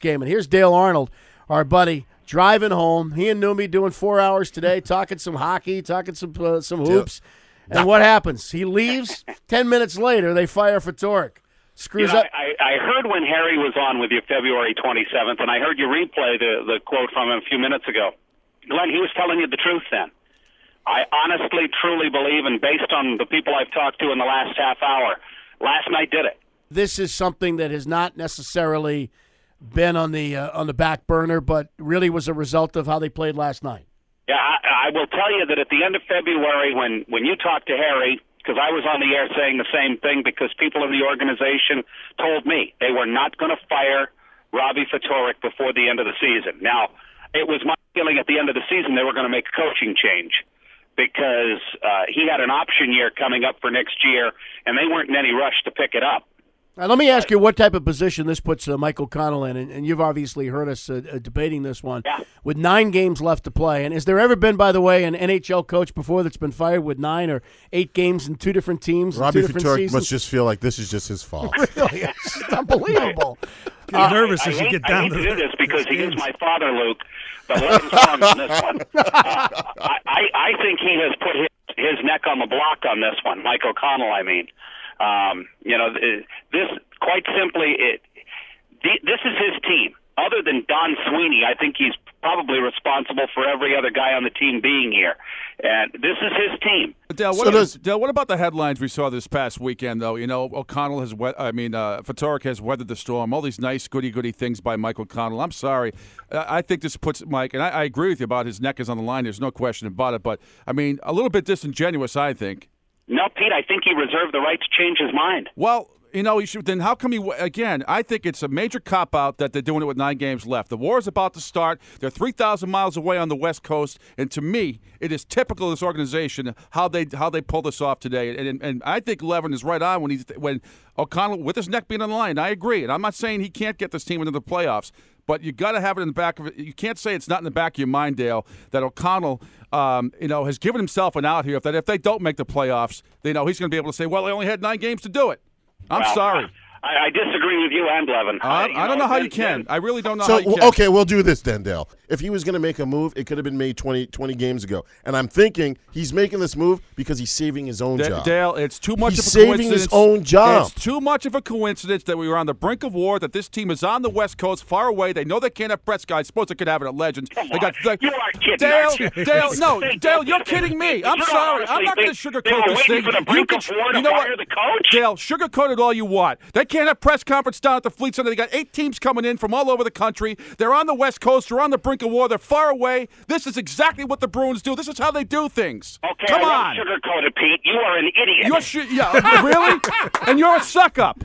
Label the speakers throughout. Speaker 1: game. And here's Dale Arnold, our buddy, driving home. He and Numi doing four hours today, talking some hockey, talking some uh, some hoops. And what happens? He leaves. Ten minutes later, they fire for Torque.
Speaker 2: You
Speaker 1: Screws
Speaker 2: know,
Speaker 1: up.
Speaker 2: I, I heard when Harry was on with you February 27th, and I heard you replay the, the quote from him a few minutes ago. Glenn, he was telling you the truth then. I honestly, truly believe, and based on the people I've talked to in the last half hour, last night did it.
Speaker 1: this is something that has not necessarily been on the uh, on the back burner, but really was a result of how they played last night.
Speaker 2: Yeah, I, I will tell you that at the end of February, when when you talked to Harry, because I was on the air saying the same thing, because people in the organization told me they were not going to fire Robbie Fatorik before the end of the season. Now, it was my feeling at the end of the season they were going to make a coaching change because uh, he had an option year coming up for next year, and they weren't in any rush to pick it up.
Speaker 1: Now, let me ask you what type of position this puts uh, Michael Connell in, and, and you've obviously heard us uh, uh, debating this one.
Speaker 2: Yeah.
Speaker 1: With nine games left to play, and has there ever been, by the way, an NHL coach before that's been fired with nine or eight games in two different teams, and
Speaker 3: Robbie
Speaker 1: two different
Speaker 3: Futurk
Speaker 1: seasons?
Speaker 3: must just feel like this is just his fault.
Speaker 1: Really, it's just unbelievable.
Speaker 4: Get nervous
Speaker 2: Uh, I
Speaker 4: as you
Speaker 2: hate-
Speaker 4: get
Speaker 2: I
Speaker 4: down
Speaker 2: hate
Speaker 4: to
Speaker 2: to
Speaker 4: the
Speaker 2: do this because he is
Speaker 4: games.
Speaker 2: my father, Luke. But let him strong on this one. Uh, I, I, I think he has put his, his neck on the block on this one, Mike O'Connell. I mean, um, you know, th- this quite simply, it th- this is his team. Other than Don Sweeney, I think he's probably responsible for every other guy on the team being here, and this is his team.
Speaker 5: Dale, what,
Speaker 3: So does-
Speaker 5: Dale, what about the headlines we saw this past weekend, though? You know, O'Connell has, we- I mean, uh, Fatorik has weathered the storm. All these nice, goody goody things by Michael O'Connell. I'm sorry. Uh, I think this puts Mike, and I, I agree with you about his neck is on the line. There's no question about it. But, I mean, a little bit disingenuous, I think.
Speaker 2: No, Pete, I think he reserved the right to change his mind.
Speaker 5: Well, you know, you should, then how come he, again, I think it's a major cop out that they're doing it with nine games left. The war is about to start. They're 3,000 miles away on the West Coast. And to me, it is typical of this organization how they how they pull this off today. And, and, and I think Levin is right on when he's, when O'Connell, with his neck being on the line, I agree. And I'm not saying he can't get this team into the playoffs. But you got to have it in the back of it. You can't say it's not in the back of your mind, Dale, that O'Connell, um, you know, has given himself an out here. If that if they don't make the playoffs, you know, he's going to be able to say, "Well, they only had nine games to do it." I'm
Speaker 2: Well,
Speaker 5: sorry.
Speaker 2: I, I disagree with you and Levin.
Speaker 5: I, I don't know how you
Speaker 2: then-
Speaker 5: can. I really don't know how
Speaker 3: so,
Speaker 5: you can.
Speaker 3: well, okay, we'll do this then, Dale. If he was going to make a move, it could have been made 20, 20 games ago. And I'm thinking he's making this move because he's saving his own
Speaker 5: Da-
Speaker 3: job.
Speaker 5: Dale, it's too much
Speaker 3: He's
Speaker 5: of a
Speaker 3: saving
Speaker 5: coincidence.
Speaker 3: his own job.
Speaker 5: It's too much of a coincidence that we were on the brink of war, that this team is on the West Coast, far away. They know they can't have Brett's guy. I suppose they could have it at Legends.
Speaker 2: Come
Speaker 5: they got,
Speaker 2: on. You are kidding,
Speaker 5: Dale,
Speaker 2: aren't you?
Speaker 5: Dale, no,
Speaker 2: They-
Speaker 5: Dale,
Speaker 2: they-
Speaker 5: you're kidding me. I'm
Speaker 2: You don't
Speaker 5: sorry.
Speaker 2: honestly
Speaker 5: I'm not going to
Speaker 2: think they
Speaker 5: sugarcoat
Speaker 2: were
Speaker 5: this
Speaker 2: waiting
Speaker 5: thing.
Speaker 2: for the brink
Speaker 5: you
Speaker 2: of war to
Speaker 5: you know
Speaker 2: fire
Speaker 5: what?
Speaker 2: the coach?
Speaker 5: Dale, sugarcoat it all you want. They can't have press conference down at the Fleet Center. They got eight teams coming in from all over the country. They're on the West Coast. They're on the brink of war. They're far away. This is exactly what the Bruins do. This is how they do things.
Speaker 2: Okay,
Speaker 5: Come
Speaker 2: I
Speaker 5: on.
Speaker 2: won't sugarcoat it, Pete. You are an idiot.
Speaker 5: You're sh- yeah, really? And you're a suck up.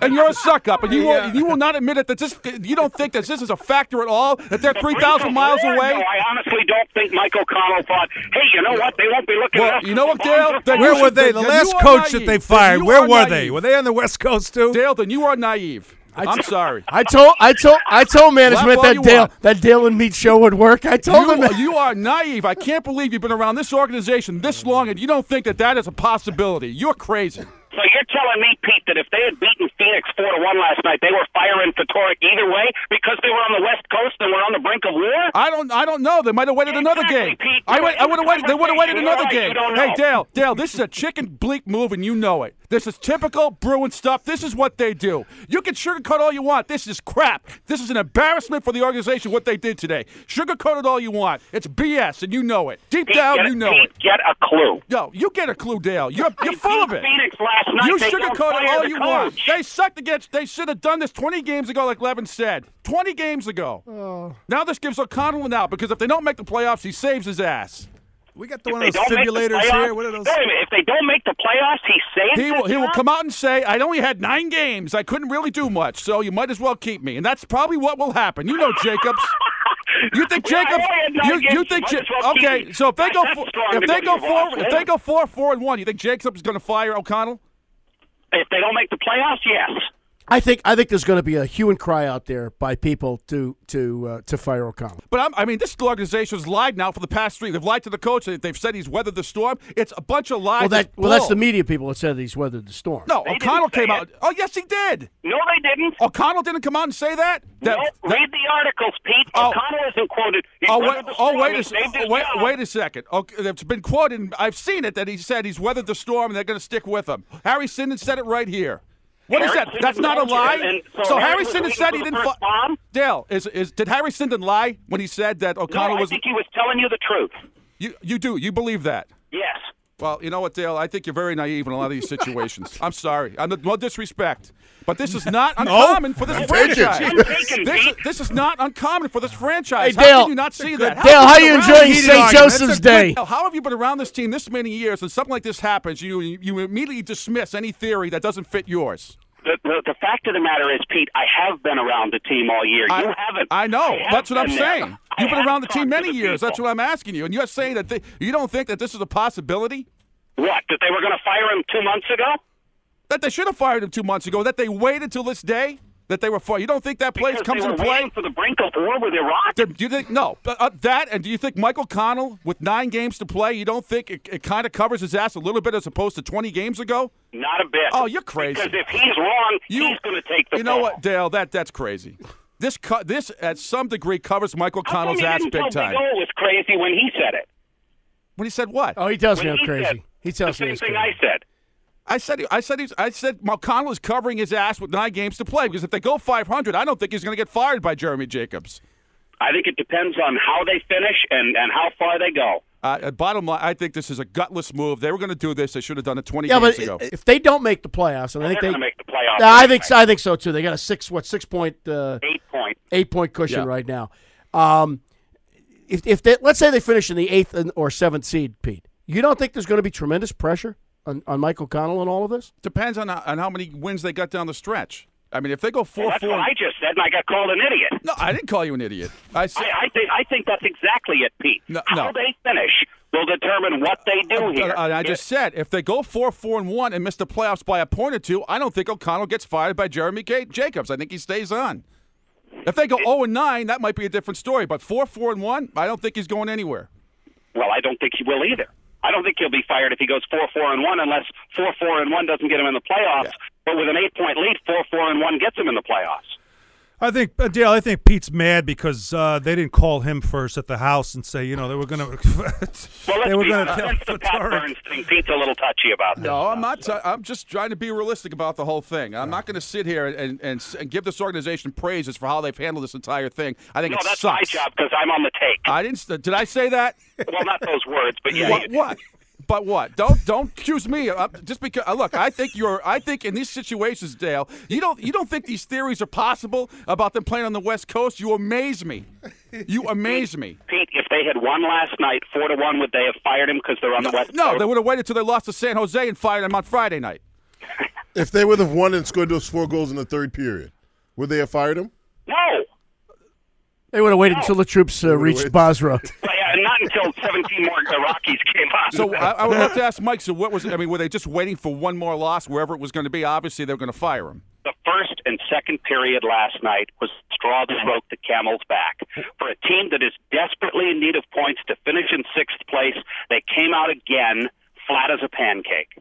Speaker 5: And you're a suck up. And you will you will not admit it that this you don't think that this is a factor at all, that they're three thousand miles
Speaker 2: Lord, No,
Speaker 5: away.
Speaker 2: I honestly don't think Mike O'Connell thought, hey, you know what? They won't be looking
Speaker 5: Well,
Speaker 2: at us.
Speaker 5: you know what,
Speaker 2: Bonds
Speaker 5: Dale?
Speaker 2: are
Speaker 5: Then
Speaker 2: full.
Speaker 4: Where
Speaker 5: you
Speaker 4: were
Speaker 5: should-
Speaker 4: they?
Speaker 5: then
Speaker 4: The
Speaker 5: you
Speaker 4: last
Speaker 5: are
Speaker 4: coach
Speaker 5: naive.
Speaker 4: that they
Speaker 5: Then
Speaker 4: fired,
Speaker 5: you
Speaker 4: where
Speaker 5: are
Speaker 4: were they?
Speaker 5: naive.
Speaker 4: Were they on the West Coast too?
Speaker 5: Dale, then you are naive. I'm sorry.
Speaker 1: I told I told I told management
Speaker 5: all
Speaker 1: that
Speaker 5: you
Speaker 1: Dale
Speaker 5: want.
Speaker 1: that Dale and Meat show would work. I told them
Speaker 5: You,
Speaker 1: that.
Speaker 5: you are naive. I can't believe you've been around this organization this long and you don't think that that is a possibility. You're crazy.
Speaker 2: So you're telling me, Pete, that if they had beaten Phoenix 4 to 1 last night, they were firing Fatorik either way because they were on the West Coast and were on the brink of war?
Speaker 5: I don't. I don't know. They might have waited another
Speaker 2: Exactly,
Speaker 5: game.
Speaker 2: Pete.
Speaker 5: I, wait, I would have waited. They would have waited
Speaker 2: You're right.
Speaker 5: another game.
Speaker 2: You don't
Speaker 5: Hey,
Speaker 2: know.
Speaker 5: Dale. Dale, this is a chicken bleak move, and you know it. This is typical Bruin stuff. This is what they do. You can sugarcoat all you want. This is crap. This is an embarrassment for the organization. What they did today. Sugarcoat it all you want. It's BS, and you know it. Deep
Speaker 2: Pete,
Speaker 5: down,
Speaker 2: get,
Speaker 5: you know
Speaker 2: Pete,
Speaker 5: it.
Speaker 2: get a clue.
Speaker 5: Yo, you get a clue, Dale. You're you're
Speaker 2: They
Speaker 5: full of
Speaker 2: beat
Speaker 5: it.
Speaker 2: Phoenix last night.
Speaker 5: You
Speaker 2: They don't
Speaker 5: sugarcoat it
Speaker 2: fire
Speaker 5: all
Speaker 2: the
Speaker 5: you want.
Speaker 2: coach.
Speaker 5: They sucked against. They should have done this 20 games ago, like Levin said. 20 games ago. Now this gives O'Connell an out because if they don't make the playoffs, he saves his ass.
Speaker 4: We got the
Speaker 2: If
Speaker 4: one
Speaker 2: they
Speaker 4: of those
Speaker 2: don't make the
Speaker 4: defibrillators
Speaker 2: playoffs-
Speaker 4: here. What are those?
Speaker 2: Wait a minute. If they don't make the playoffs, he saves.
Speaker 5: He will,
Speaker 2: this
Speaker 5: he will
Speaker 2: job?
Speaker 5: come out and say, I only had nine games. I couldn't really do much, so you might as well keep me. And that's probably what will happen. You know Jacobs. You think
Speaker 2: Yeah, I
Speaker 5: Jacobs?
Speaker 2: only had nine
Speaker 5: You, you
Speaker 2: games.
Speaker 5: think?
Speaker 2: Might as
Speaker 5: Ja-
Speaker 2: well keep
Speaker 5: okay,
Speaker 2: me.
Speaker 5: so if they
Speaker 2: That-
Speaker 5: go,
Speaker 2: that's
Speaker 5: four,
Speaker 2: strong
Speaker 5: if
Speaker 2: to go
Speaker 5: they go
Speaker 2: to the Ross
Speaker 5: four, if they
Speaker 2: Lake.
Speaker 5: go four, four and one, you think Jacobs is going to fire O'Connell?
Speaker 2: If they don't make the playoffs, yes.
Speaker 1: I think I think there's going to be a hue and cry out there by people to to uh, to fire O'Connell.
Speaker 5: But I'm, I mean, this organization has lied now for the past three. They've lied to the coach. They, they've said he's weathered the storm. It's a bunch of lies.
Speaker 1: Well, that
Speaker 5: It's
Speaker 1: well, that's the
Speaker 5: bull.
Speaker 1: media people that said he's weathered the storm.
Speaker 5: No,
Speaker 2: didn't
Speaker 5: O'Connell
Speaker 2: say
Speaker 5: came out.
Speaker 2: it.
Speaker 5: Oh yes, he did.
Speaker 2: No, they didn't.
Speaker 5: O'Connell didn't come out and say that. Oh, That-
Speaker 2: Nope.
Speaker 5: that-
Speaker 2: read the articles, Pete.
Speaker 5: Oh.
Speaker 2: O'Connell isn't quoted. He
Speaker 5: Oh
Speaker 2: weathered
Speaker 5: wait!
Speaker 2: the
Speaker 5: Oh
Speaker 2: storm.
Speaker 5: wait!
Speaker 2: He
Speaker 5: A, se-
Speaker 2: saved his
Speaker 5: wait,
Speaker 2: job.
Speaker 5: wait a second. Okay, it's been quoted. and I've seen it that he said he's weathered the storm and they're going to stick with him. Harry Sinden said it right here. What is
Speaker 2: Harry
Speaker 5: that? That's
Speaker 2: Sinden
Speaker 5: not a
Speaker 2: told you,
Speaker 5: lie.
Speaker 2: and so
Speaker 5: So Harry
Speaker 2: Harry was
Speaker 5: Sinden
Speaker 2: leading
Speaker 5: said
Speaker 2: to
Speaker 5: he
Speaker 2: the
Speaker 5: didn't.
Speaker 2: first
Speaker 5: fi-
Speaker 2: bomb?
Speaker 5: Dale, is is did Harry Sinden lie when he said that O'Connell
Speaker 2: No, I
Speaker 5: was?
Speaker 2: think he was telling you the truth.
Speaker 5: You you do you believe that?
Speaker 2: Yes.
Speaker 5: Well, you know what, Dale? I think you're very naive in a lot of these situations. I'm sorry. I'm no disrespect, but this is not uncommon for this
Speaker 3: taken.
Speaker 5: franchise.
Speaker 2: I'm taken,
Speaker 5: This, is,
Speaker 2: Pete.
Speaker 5: this is not uncommon for this franchise.
Speaker 1: Hey,
Speaker 5: how
Speaker 1: Dale.
Speaker 5: can you not see that?
Speaker 1: Dale,
Speaker 5: have
Speaker 1: how
Speaker 5: been
Speaker 1: you
Speaker 5: around-
Speaker 1: enjoying
Speaker 5: Heated
Speaker 1: St.
Speaker 5: argument. It's
Speaker 1: Joseph's
Speaker 5: a good-
Speaker 1: Day?
Speaker 5: Dale, How have you been around this team this many years, and something like this happens, you you immediately dismiss any theory that doesn't fit yours?
Speaker 2: The, the, the fact of the matter is, Pete, I have been around the team all year.
Speaker 5: I,
Speaker 2: you haven't.
Speaker 5: I know.
Speaker 2: have
Speaker 5: That's what I'm
Speaker 2: been there.
Speaker 5: saying.
Speaker 2: I
Speaker 5: You've been
Speaker 2: have
Speaker 5: around the
Speaker 2: talked
Speaker 5: team
Speaker 2: to
Speaker 5: many
Speaker 2: the
Speaker 5: years. That's
Speaker 2: people.
Speaker 5: what I'm asking you, and you're saying that they, you don't think that this is a possibility.
Speaker 2: What? That they were going to fire him two months ago?
Speaker 5: that they should have fired him two months ago. That they waited till this day. That they were fired. You don't think that place
Speaker 2: Because
Speaker 5: comes
Speaker 2: they were
Speaker 5: into play?
Speaker 2: waiting for the brink of war with Iraq.
Speaker 5: Do you think no? Uh, uh, that and do you think Michael Connell, with nine games to play, you don't think it, it kind of covers his ass a little bit as opposed to twenty games ago?
Speaker 2: Not a bit.
Speaker 5: Oh, you're crazy.
Speaker 2: Because if he's wrong,
Speaker 5: You,
Speaker 2: he's going to take the
Speaker 5: You know
Speaker 2: fall.
Speaker 5: what, Dale? That that's crazy. This co- this at some degree covers Michael
Speaker 2: How come
Speaker 5: Connell's
Speaker 2: you
Speaker 5: ass
Speaker 2: didn't
Speaker 5: big
Speaker 2: tell
Speaker 5: time.
Speaker 2: Big O was crazy when he said it.
Speaker 5: When he said what?
Speaker 1: Oh, he tells
Speaker 2: When
Speaker 1: me I'm
Speaker 2: he
Speaker 1: crazy.
Speaker 2: Said,
Speaker 1: he tells
Speaker 2: the
Speaker 1: me
Speaker 2: same
Speaker 1: it's
Speaker 2: thing
Speaker 1: crazy.
Speaker 2: I said.
Speaker 5: I said I said he's, I said McConnell is covering his ass with nine games to play because if they go 500, I don't think he's going to get fired by Jeremy Jacobs.
Speaker 2: I think it depends on how they finish and, and how far they go.
Speaker 5: Uh, uh, bottom line, I think this is a gutless move. They were going to do this. They should have done it 20
Speaker 1: Yeah,
Speaker 5: games
Speaker 1: but
Speaker 5: ago.
Speaker 1: i- if they don't make the playoffs, and I think
Speaker 2: They're going
Speaker 1: they,
Speaker 2: to make the playoffs.
Speaker 1: Nah, I think so, I think so too. They got a six what six point uh,
Speaker 2: Eight point.
Speaker 1: eight point cushion
Speaker 5: Yeah.
Speaker 1: right now. Um, if if they, let's say they finish in the eighth and, or seventh seed, Pete, you don't think there's going to be tremendous pressure on, on Michael Connell and all of this?
Speaker 5: Depends on, on how many wins they got down the stretch. I mean, if they go 4
Speaker 2: That's
Speaker 5: 4.
Speaker 2: what I just said, and I got called an idiot.
Speaker 5: no, I didn't call you an idiot. I said.
Speaker 2: I, I think I think that's exactly it, Pete.
Speaker 5: No,
Speaker 2: how
Speaker 5: no.
Speaker 2: they finish will determine what they do here.
Speaker 5: uh, I just said if they go four, four, and one, and miss the playoffs by a point or two, I don't think O'Connell gets fired by Jeremy K- Jacobs. I think he stays on. If they go zero and nine, that might be a different story. But four, four, and one, I don't think he's going anywhere.
Speaker 2: Well, I don't think he will either. I don't think he'll be fired if he goes four four and one, unless four four and one doesn't get him in the playoffs. But with an eight point lead, four four and one gets him in the playoffs.
Speaker 4: I think uh, Dale. I think Pete's mad because uh, they didn't call him first at the house and say, you know, they were going to.
Speaker 2: Well, let's
Speaker 4: they were
Speaker 2: be
Speaker 4: going to
Speaker 2: honest.
Speaker 4: tell
Speaker 2: Since the Pat
Speaker 4: Fatari.
Speaker 2: Burns thing, Pete's a little touchy about this.
Speaker 5: No, I'm not. T- I'm just trying to be realistic about the whole thing. I'm not going to sit here and, and, s- and give this organization praises for how they've handled this entire thing. I think
Speaker 2: No,
Speaker 5: it
Speaker 2: that's my
Speaker 5: sucks.
Speaker 2: job because I'm on the take.
Speaker 5: I didn't. s- Did I say that?
Speaker 2: well, not those words, but yeah.
Speaker 5: What? what? But what? Don't don't accuse me. i just because uh, look, I think you're. I think in these situations, Dale, you don't you don't think these theories are possible about them playing on the West Coast. You amaze me. You amaze me.
Speaker 2: Pete, if they had won last night, four to one, would they have fired him because they're on the West
Speaker 5: No,
Speaker 2: Coast?
Speaker 5: they would have waited till they lost to San Jose and fired him on Friday night.
Speaker 3: If they would have won and scored those four goals in the third period, would they have fired him?
Speaker 2: No.
Speaker 1: They would have waited until the troops uh, reached Basra.
Speaker 2: Well, yeah, not until 17 more Iraqis came on.
Speaker 5: So I, I would like to ask Mike. So what was? I mean, were they just waiting for one more loss wherever it was going to be? Obviously, they were going to fire him.
Speaker 2: the first and second period last night was the straw that broke the camel's back. For a team that is desperately in need of points to finish in sixth place, they came out again flat as a pancake.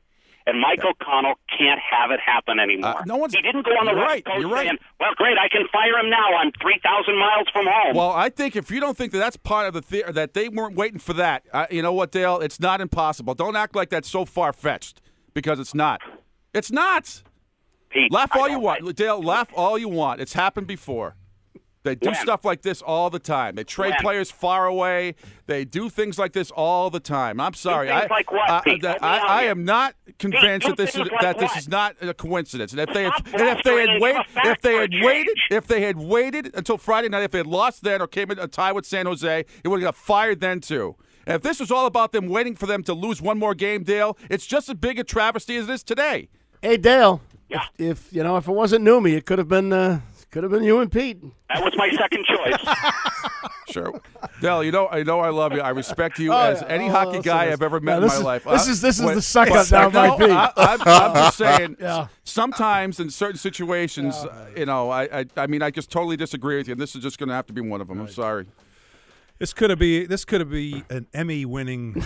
Speaker 2: And Mike O'Connell can't have it happen anymore.
Speaker 5: Uh, no one's-
Speaker 2: he didn't go on the
Speaker 5: You're
Speaker 2: West
Speaker 5: right,
Speaker 2: Coast
Speaker 5: you're right.
Speaker 2: saying, "Well, great, I can fire him now. I'm 3,000 miles from home."
Speaker 5: Well, I think if you don't think that that's part of the theory, that they weren't waiting for that, uh, you know what, Dale? It's not impossible. Don't act like that's so far fetched because it's not. It's not.
Speaker 2: Pete,
Speaker 5: Laugh
Speaker 2: I
Speaker 5: all
Speaker 2: don't
Speaker 5: you
Speaker 2: like-
Speaker 5: want, Dale. Laugh all you want. It's happened before. They do
Speaker 2: When?
Speaker 5: stuff like this all the time. They trade
Speaker 2: When?
Speaker 5: players far away. They do things like this all the time. I'm sorry.
Speaker 2: things
Speaker 5: I,
Speaker 2: like what,
Speaker 5: I,
Speaker 2: Pete? Help
Speaker 5: that-
Speaker 2: me
Speaker 5: I-
Speaker 2: out
Speaker 5: I
Speaker 2: here.
Speaker 5: am not convinced
Speaker 2: do
Speaker 5: that this is
Speaker 2: things like
Speaker 5: that this
Speaker 2: what?
Speaker 5: is not a coincidence. And if they had,
Speaker 2: Stop
Speaker 5: and if they
Speaker 2: blustering
Speaker 5: had
Speaker 2: and
Speaker 5: waited,
Speaker 2: give us
Speaker 5: if they
Speaker 2: back
Speaker 5: had
Speaker 2: our
Speaker 5: waited,
Speaker 2: change.
Speaker 5: if they had waited until Friday night, if they had lost then or came in a tie with San Jose, it would have got fired then too. And if this is all about them waiting for them to lose one more game, Dale, it's just as big a travesty as it is today.
Speaker 1: Hey Dale.
Speaker 2: Yeah.
Speaker 1: If, if, you know, if it wasn't Numi, it could have been uh, could have been you and Pete.
Speaker 2: That was my second choice.
Speaker 5: Sure, Dale. You know, I know, I love you. I respect you as any hockey guy I've ever met
Speaker 1: Yeah,
Speaker 5: in
Speaker 1: this
Speaker 5: my
Speaker 1: is-
Speaker 5: life.
Speaker 1: this is- this is the suck
Speaker 5: but-
Speaker 1: up down my
Speaker 5: no,
Speaker 1: Pete.
Speaker 5: I, I'm, I'm just saying.
Speaker 1: Yeah.
Speaker 5: Sometimes in certain situations, uh, you know, I, I, I mean, I just totally disagree with you, and this is just going to have to be one of them. I'm sorry.
Speaker 4: This could be this could be an Emmy winning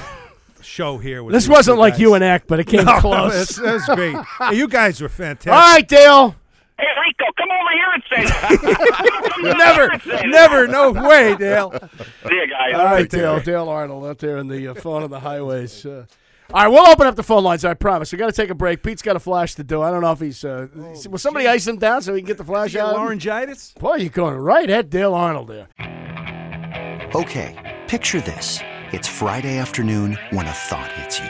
Speaker 4: show here. With
Speaker 1: This
Speaker 4: these
Speaker 1: wasn't
Speaker 4: two
Speaker 1: like
Speaker 4: guys.
Speaker 1: you and Act, but it came
Speaker 4: No,
Speaker 1: close.
Speaker 4: that's, that's great. Hey, you guys were fantastic.
Speaker 1: All right, Dale.
Speaker 2: hey, Rico, come over here and say that. Come over here and say that.
Speaker 4: Never, never, no way, Dale.
Speaker 2: See you guys.
Speaker 1: All right, Dale. Dale Arnold out there in the uh, phone on the highways. Uh, all right, we'll open up the phone lines. I promise. We got to take a break. Pete's got a flash to do. I don't know if he's. Uh, will somebody ice him down so we can get the flash out?
Speaker 4: Orangitis.
Speaker 1: Boy, you're going right at Dale Arnold there.
Speaker 6: Okay, picture this. It's Friday afternoon when a thought hits you.